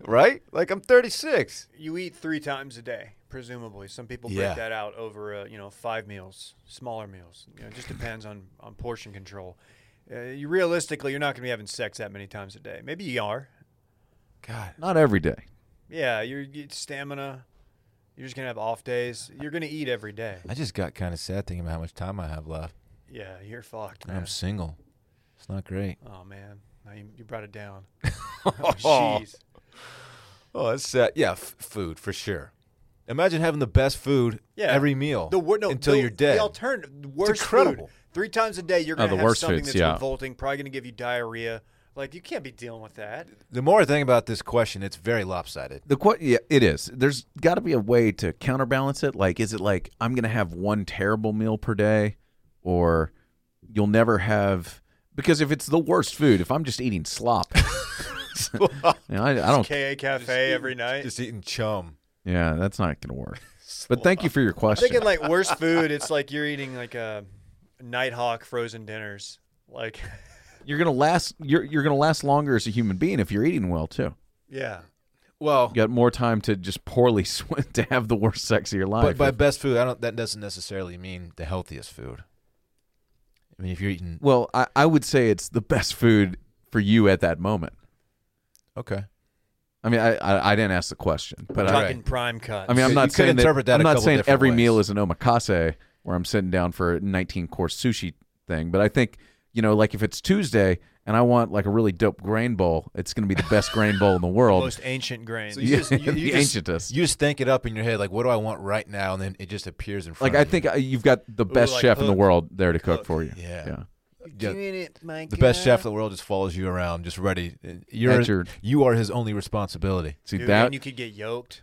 right? Like I'm 36.
You eat three times a day, presumably. Some people
Yeah.
break that out over, uh, you know, five meals, smaller meals. You know, it just depends on on portion control. Uh, you realistically, you're not going to be having sex that many times a day. Maybe you are.
God,
Not every day.
Yeah, you're you stamina. You're just gonna have off days. You're gonna eat every day.
I just got kind of sad thinking about how much time I have left.
Yeah, you're fucked.
And
Man.
I'm single. It's not great.
oh man, now you, you brought it down. Oh, Jeez.
Oh, that's sad. Yeah, f- food for sure. Imagine having the best food
Yeah.
every meal
The wor- no,
until
the-
you're dead.
The alternative, the worst
incredible.
Food. Three times a day, you're gonna
Oh, the
have
worst
something
foods,
that's
yeah.
revolting. Probably gonna give you diarrhea. Like you can't be dealing with that.
the more I think about this question, it's very lopsided.
The qu- yeah, it is. There's got to be a way to counterbalance it. Like, is it like I'm gonna have one terrible meal per day, or you'll never have? Because if it's the worst food, if I'm just eating slop, you know, I, I don't.
KA Cafe every night.
Just eating chum.
Yeah, that's not gonna work. But thank you for your
I'm thinking
question.
like worst food. It's like you're eating like a Nighthawk frozen dinners. Like,
You're gonna last. You're you're gonna last longer as a human being if you're eating well too.
yeah.
Well,
You got more time to just poorly sw- to have the worst sex of your life.
but by best food, I don't. That doesn't necessarily mean the healthiest food. I mean, if you're eating
well, I, I would say it's the best food for you at that moment.
okay,
I mean, I, I, I didn't ask the question, but I,
Talking prime cuts.
I mean, I'm
You
not
could
saying
interpret that
I'm
a
not
couple
saying
different
every
ways.
meal is an omakase where I'm sitting down for a 19 course sushi thing, but I think you know, like if it's Tuesday and I want like a really dope grain bowl, it's going to be the best grain bowl in the world.
most ancient grains.
you just- you- you
the
just-
ancientest.
you just think it up in your head, like, what do I want right now, and then it just appears in front.
like I
of
think uh, you've got the best
like
chef in the
cook.
world there to cook, for you.
you. Yeah.
yeah.
Yeah.
it, my
The best chef in the world just follows you around, just ready. You're,
At your-
you are his only responsibility.
See
Dude,
that?
and you could get yoked.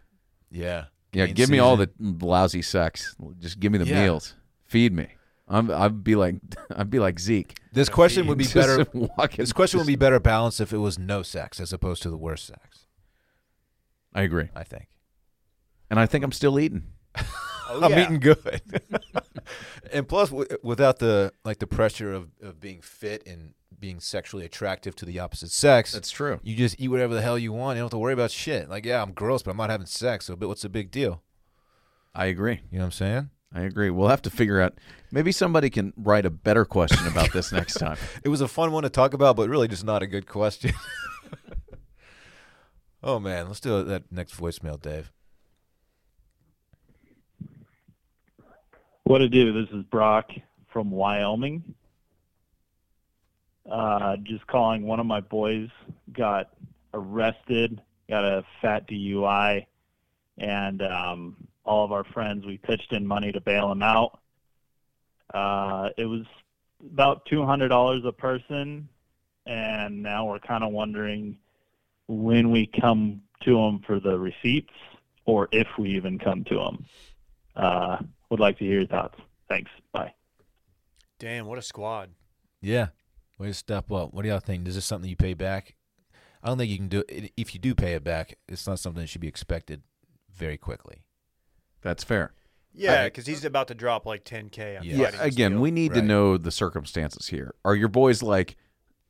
Yeah.
yeah,
Main
give me all the
season.
lousy sex. Just give me the
Yeah.
meals. Feed me. I'm, I'd be like, I'd be like Zeke.
This question would be
Just
better.
walk in-
This question would be better balanced if it was no sex as opposed to the worst sex.
I agree,
I think.
and I think I'm still eating.
I'm
yeah.
eating good. and plus, w- without the like the pressure of, of being fit and being sexually attractive to the opposite sex,
true.
you just eat whatever the hell you want. You don't have to worry about shit. Like, yeah, I'm gross, but I'm not having sex. So, but what's the big deal?
I agree.
You know what I'm saying?
I agree. We'll have to figure out. Maybe somebody can write a better question about this next time.
It was a fun one to talk about, but really just not a good question. oh man, let's do that next voicemail, Dave.
What to do? This is Brock from Wyoming.
uh, just calling one of my boys got arrested, got a fat DUI, and um, all of our friends, we pitched in money to bail him out. Uh, it was about $200 a person, and now we're kind of wondering when we come to them for the receipts or if we even come to them. Uh, would like to hear your thoughts. Thanks. Bye.
Damn, what a squad.
Yeah. Way to step up. What do y'all think? Is this something you pay back? I don't think you can do it. If you do pay it back, it's not something that should be expected very quickly.
That's fair.
Yeah, because he's about to drop like 10K. On
Yeah.
Yeah.
Friday's
Again,
deal.
we need to
Right.
know the circumstances here. Are your boys like?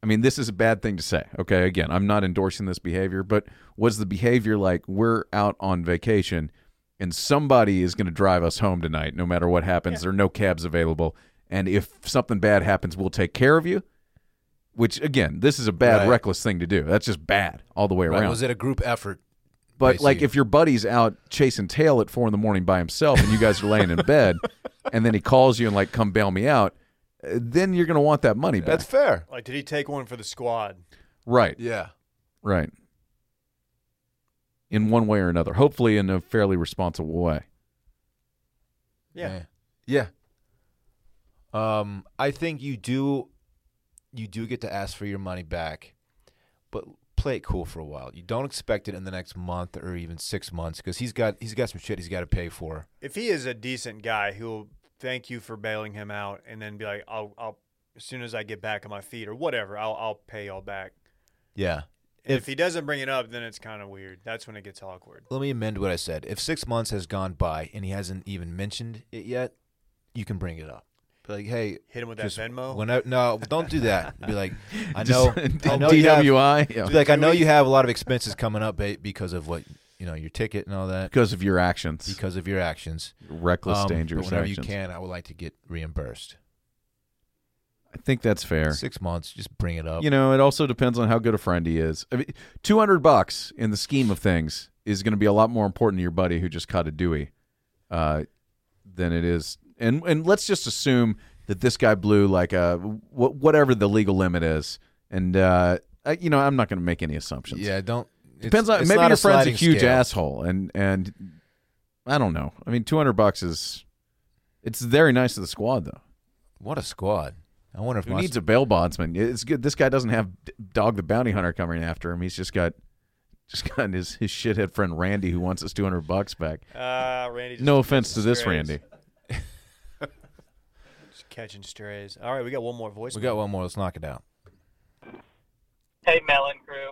I mean, this is a bad thing to say. Okay. Again, I'm not endorsing this behavior, but was the behavior like we're out on vacation and somebody is going to drive us home tonight, no matter what happens? There are no cabs available, and if something bad happens, we'll take care of you. Which again, this is a bad,
Right.
reckless thing to do. That's just bad all the way
Right.
around.
Was it a group effort?
But like,
Basically.
if your buddy's out chasing tail at four in the morning by himself, and you guys are laying in bed, and then he calls you and like, "Come bail me out," uh, then you're gonna want that money back.
fair.
Like, did he take one for the squad?
right,
Yeah.
right. In one way or another, hopefully in a fairly responsible way.
Yeah.
Yeah. Yeah. Um, I think you do you do get to ask for your money back, but play it cool for a while. You don't expect it in the next month or even six months because he's got he's got some shit he's got to pay for.
If he is a decent guy, he'll thank you for bailing him out and then be like, I'll, I'll as soon as I get back on my feet or whatever, I'll, I'll pay y'all back.
Yeah.
And if he doesn't bring it up, then it's kind of weird. That's when it gets awkward.
Let me amend what I said. If six months has gone by and he hasn't even mentioned it yet, you can bring it up. Be like, hey,
Hit him with
just
that Venmo.
When I, no, don't do that. Be like, I know,
Just-
I know you have,
DWI yeah,
be like, I
Do
know
we-
you have a lot of expenses coming up ba- because of what you know, your ticket and all that,
because of your actions,
because of your actions.
reckless,
Um,
dangerous
but whenever
actions.
you can, I would like to get reimbursed.
I think that's fair.
Six months, just bring it up.
You know, it also depends on how good a friend he is. I mean, two hundred bucks in the scheme of things is going to be a lot more important to your buddy who just caught a Dewey uh, than it is. And and let's just assume that this guy blew like a wh- whatever the legal limit is. And uh, I, you know, I'm not going to make any assumptions.
yeah, don't. it's-
depends on
it's
maybe
not
your friend's a
sliding
huge
scale.
asshole, and and I don't know. I mean, two hundred bucks is it's very nice of the squad though.
What a squad! I wonder if
Who
my-
needs a bail bondsman? It's good. This guy doesn't have D- Dog the Bounty Hunter coming after him. He's just got, just got his his shithead friend Randy who wants his two hundred bucks back.
Uh, Randy. Just
No offense to this
strays.
Randy.
Just catching strays. All right, we got one more voice.
We got one more. Let's knock it out.
Hey, Melon Crew.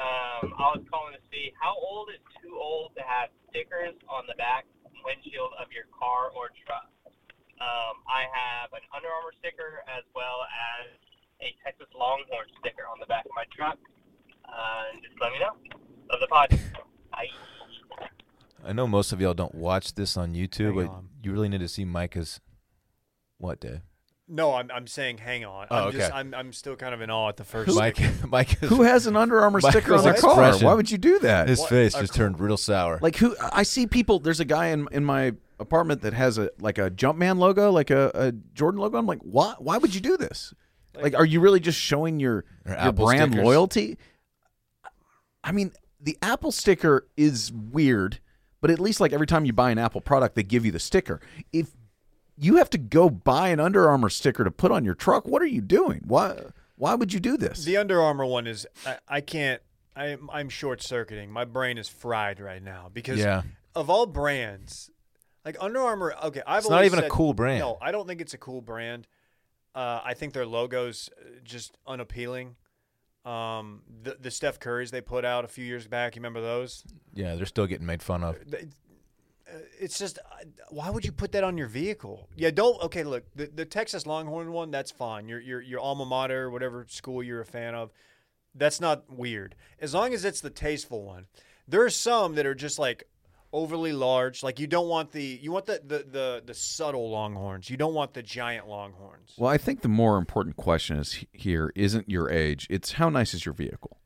Um, I was calling to see how old is too old to have stickers on the back windshield of your car or truck. Um, I have an Under Armour sticker as well as a Texas Longhorn sticker on the back of my truck. Uh, just let me know. Love the pod. Bye.
I know most of y'all don't watch this on YouTube,
Hang
but
on.
you really need to see Micah's. What, Dave?
No, I'm, I'm saying hang on.
Oh,
I'm just
okay.
I'm, I'm still kind of in awe at the first
Mike,
sticker.
Micah's,
Who has an Under Armour sticker on their
Michael's
car?
expression.
Why would you do that?
his
What
face
a
just turned real sour.
like who? I see people. There's a guy in in my apartment that has a like a Jumpman logo, like a, a Jordan logo. I'm like, why? Why would you do this? Like, are you really just showing your
Or
your
Apple
brand
stickers.
loyalty? I mean, the Apple sticker is weird, but at least like every time you buy an Apple product, they give you the sticker. If you have to go buy an Under Armour sticker to put on your truck, what are you doing? Why? Why would you do this?
The Under Armour one is I, I can't. I, I'm short circuiting. My brain is fried right now because
Yeah.
of all brands, like Under Armour. Okay, I've
It's not
always
even a
said-
cool brand.
No, I don't think it's a cool brand. Uh, I think their logos uh, just unappealing. Um, the the Steph Currys they put out a few years back. You remember those?
yeah, they're still getting made fun of.
Th- uh, It's just uh, why would you put that on your vehicle? Yeah, don't. Okay, look, the, the Texas Longhorn one, that's fine. Your your your alma mater, whatever school you're a fan of, that's not weird. As long as it's the tasteful one. There are some that are just like overly large. Like you don't want the you want the the the, the subtle Longhorns. You don't want the giant Longhorns.
Well, I think the more important question is he- here isn't your age; it's how nice is your vehicle.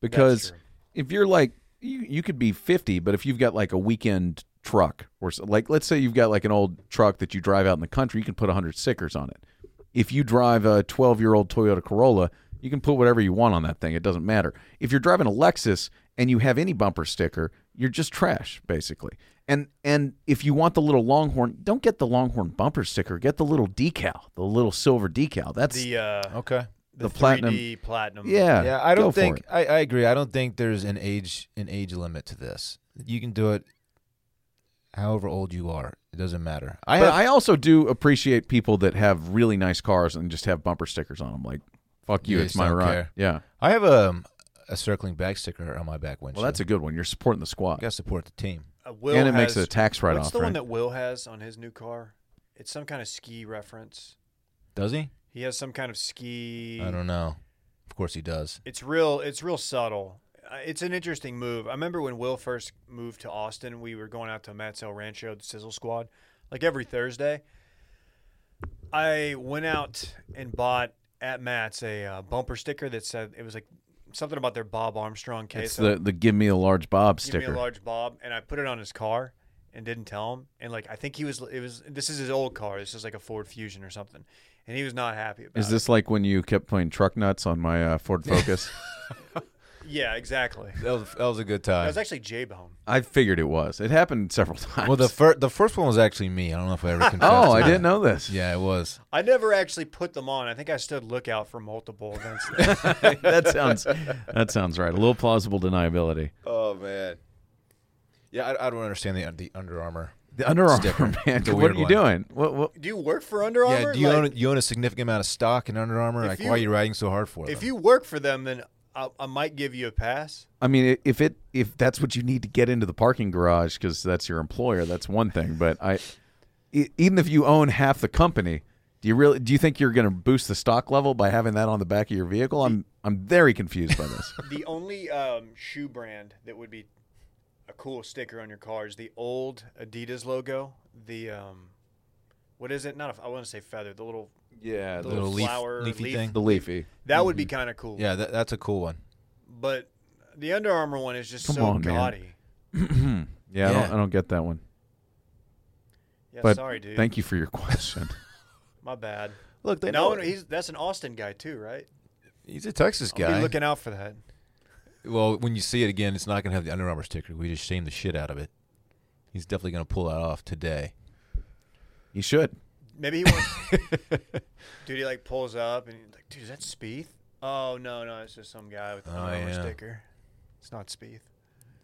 Because
true.
if you're like you, you could be fifty, but if you've got like a weekend truck or so, like let's say you've got like an old truck that you drive out in the country, you can put hundred stickers on it. if you drive a 12 year old Toyota Corolla, you can put whatever you want on that thing. It doesn't matter. If you're driving a Lexus and you have any bumper sticker, you're just trash, basically. And and if you want the little Longhorn, don't get the Longhorn bumper sticker. Get the little decal, the little silver decal. That's
The uh,
Okay.
Oh, the
the,
platinum-
platinum, 3D platinum.
yeah.
um, Yeah, I
go
don't
for
think
it.
I, I agree. I don't think there's an age an age limit to this. You can do it however old you are. It doesn't matter. I
but
have,
I also do appreciate people that have really nice cars and just have bumper stickers on them. Like, fuck you,
You
it's
just
my
don't
ride.
care.
Yeah.
I have a a circling back sticker on my back windshield.
Well, that's a good one. You're supporting the squad,
got to support the team.
Uh, Will
and it makes
has-
it a tax
What's
write-off.
the
right?
one that Will has on his new car? It's some kind of ski reference.
Does he?
He has some kind of ski.
I don't know. Of course he does.
It's real. It's real subtle. Uh, It's an interesting move. I remember when Will first moved to Austin, we were going out to Matt's El Rancho, the Sizzle Squad, like every Thursday. I went out and bought at Matt's a uh, bumper sticker that said it was like something about their Bob Armstrong case.
It's the, the give me a large Bob
give me
sticker.
a large Bob, and I put it on his car and didn't tell him. And like I think he was, it was this is his old car. This is like a Ford Fusion or something, and he was not happy about.
Is
it.
this like when you kept playing truck nuts on my uh, Ford Focus?
Yeah, exactly.
That was that was a good
That
time.
was actually J Bone.
I figured it was. It happened several times.
well, the fir- the first one was actually me. I don't know if I ever confessed.
oh,
to
I
that.
didn't know this.
Yeah, it was.
I never actually put them on. I think I stood lookout for multiple events.
that sounds that sounds right. A little plausible deniability.
Oh man. Yeah, I, I don't understand the uh, the Under Armour.
The Under Armour
Sticker.
man.
It's a
What are
weird
you
one.
doing? What, what?
Do you work for Under Armour?
Yeah, do you
Like,
own you own a significant amount of stock in Under Armour?
If
Like,
you-
why are you riding so hard for them?
if you work for them, then I, I might give you a pass.
I mean, i- if it if that's what you need to get into the parking garage because that's your employer, that's one thing. But I, e- even if you own half the company, do you really do you think you're going to boost the stock level by having that on the back of your vehicle? I'm I'm very confused by this.
The only um, shoe brand that would be a cool sticker on your car is the old Adidas logo. The um, what is it? Not a, I want to say feather. The little
yeah,
the
little
little
leaf-
flower
leafy
leaf.
thing? Mm-hmm.
the leafy.
That would be kind of cool.
yeah, that, that's a cool one.
But the Under Armour one is just
Come
so
on, man.
gaudy.
Yeah, I, don't,
Yeah.
I don't get that one.
Yeah,
But
sorry, dude.
thank you for your question.
My bad.
Look, they
No, he's that's an Austin guy too, right?
he's a Texas
I'll
guy.
be looking out for that.
well, when you see it again, it's not going to have the Under Armour sticker. We just shamed the shit out of it. He's definitely going to pull that off today.
you should.
Maybe he wants. dude, he like pulls up and he's like, dude, is that Spieth? Oh no, no, it's just some guy with an
Oh,
Under Armour
yeah.
sticker. It's not Spieth,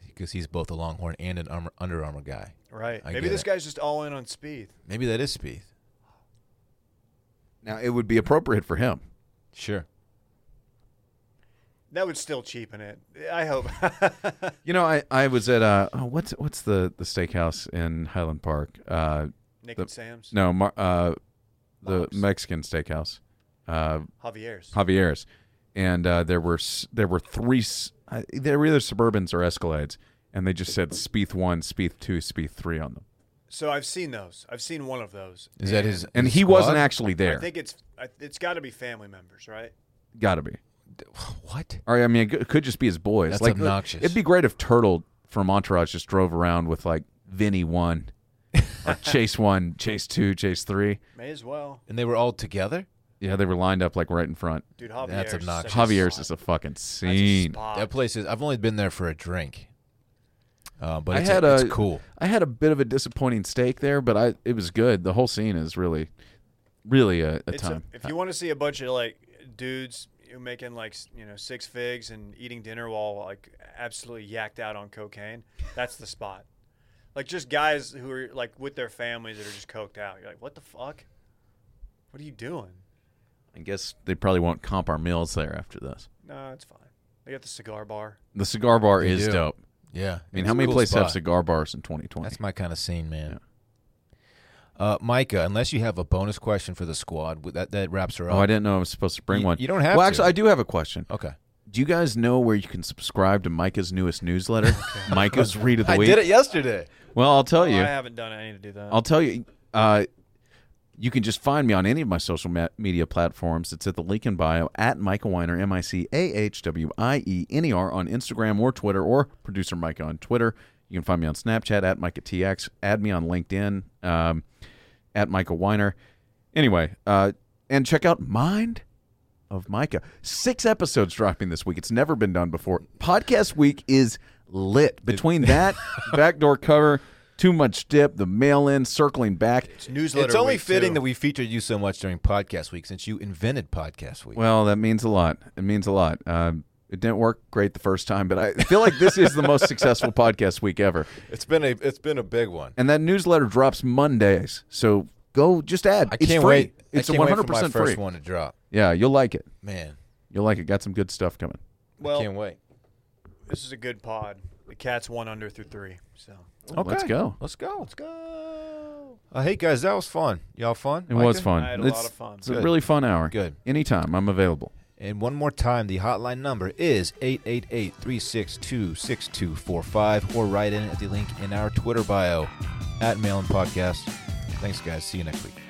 because he's both a Longhorn and an Armour, Under Armour guy.
right?
I
Maybe
get
this
it.
guy's just all in on Spieth.
Maybe that is Spieth.
Now it would be appropriate for him.
Sure.
That would still cheapen it. I hope.
You know, I, I was at uh oh, what's what's the the steakhouse in Highland Park? Uh,
Nick
The-
and Sam's,
no, Mar- uh, the
Bob's.
Mexican steakhouse. Uh,
Javier's.
Javier's, and uh, there were s- there were three s- uh, they were either Suburbans or Escalades, and they just said Speeth one, Speeth two, Speeth three on them,
So I've seen those. I've seen one of those.
Is that his?
and
his
he
squad?
wasn't actually
I
there.
think it's I- it's got to be family members, right?
Got to be.
What?
Or I mean, it, g- it could just be his boys.
That's
like,
obnoxious.
It'd be great if Turtle from Entourage just drove around with like Vinny one, or Chase one, Chase two, Chase three.
May as well,
And they were all together.
Yeah, they were lined up like right in front.
dude. Javier's.
That's
is
obnoxious.
such a
Javier's
spot.
is a fucking
That's a
scene.
spot.
That place is. I've only been there for a drink. Uh, but
I
it's,
had
it's
a-
cool.
I had a bit of a disappointing steak there, but I it was good. The whole scene is really, really a, a
It's a-
time.
if you want to see a bunch of like dudes who making like s- you know six figs and eating dinner while like absolutely yacked out on cocaine, that's the spot. Like just guys who are like with their families that are just coked out. You're like, what the fuck? What are you doing?
I guess they probably won't comp our meals there after this.
No, it's fine. They got the cigar bar.
The cigar bar
They
is
do.
dope.
Yeah.
I mean, how many places have cigar bars in 2020?
That's my kind of scene, man. Uh, Micah, unless you have a bonus question for the squad, w- that that wraps her up.
oh, I didn't know I was supposed to bring
You-
one.
you don't have
Well,
to.
actually, I do have a question.
Okay.
Do you guys know where you can subscribe to Micah's newest newsletter, Micah's Read of the
I
Week?
did it yesterday.
Well, I'll tell
Oh,
you.
I haven't done it. I need to do that.
I'll tell you. Uh, you can just find me on any of my social ma- media platforms. It's at the link in bio at Michael Weiner, M I C A H W I E N E R on Instagram or Twitter or producer Mike on Twitter. You can find me on Snapchat at Micah TX. Add me on LinkedIn um, at Michael Weiner. Anyway, uh, and check out Mind of Micah. Six episodes dropping this week. It's never been done before. Podcast week is lit. Between that backdoor cover, too much dip, the mail in, circling back.
It's newsletter.
it's only
week,
fitting
too.
that we featured you so much during podcast week since you invented podcast week.
Well, that means a lot. It means a lot. Um, it didn't work great the first time, but I feel like this is the most successful podcast week ever.
it's been a it's been a big one.
And that newsletter drops Mondays, so go just add.
I
It's
can't
free.
wait.
It's
I can't
one
wait
hundred
for my
percent free.
first one to drop.
Yeah, you'll like it.
Man,
You'll like it. Got some good stuff coming.
Well,
can't wait.
this is a good pod. The Cats one under through three. So
Okay. Let's go.
Let's go. Let's go. Uh, hey guys, that was fun. Y'all fun?
It
Micah?
was fun.
I had a
it's,
lot of fun.
It's a
Good.
really fun hour.
Good.
Anytime, I'm available.
And one more time, the hotline number is 888-362-6245 or write in at the link in our Twitter bio at Mailin Podcast. Thanks guys. See you next week.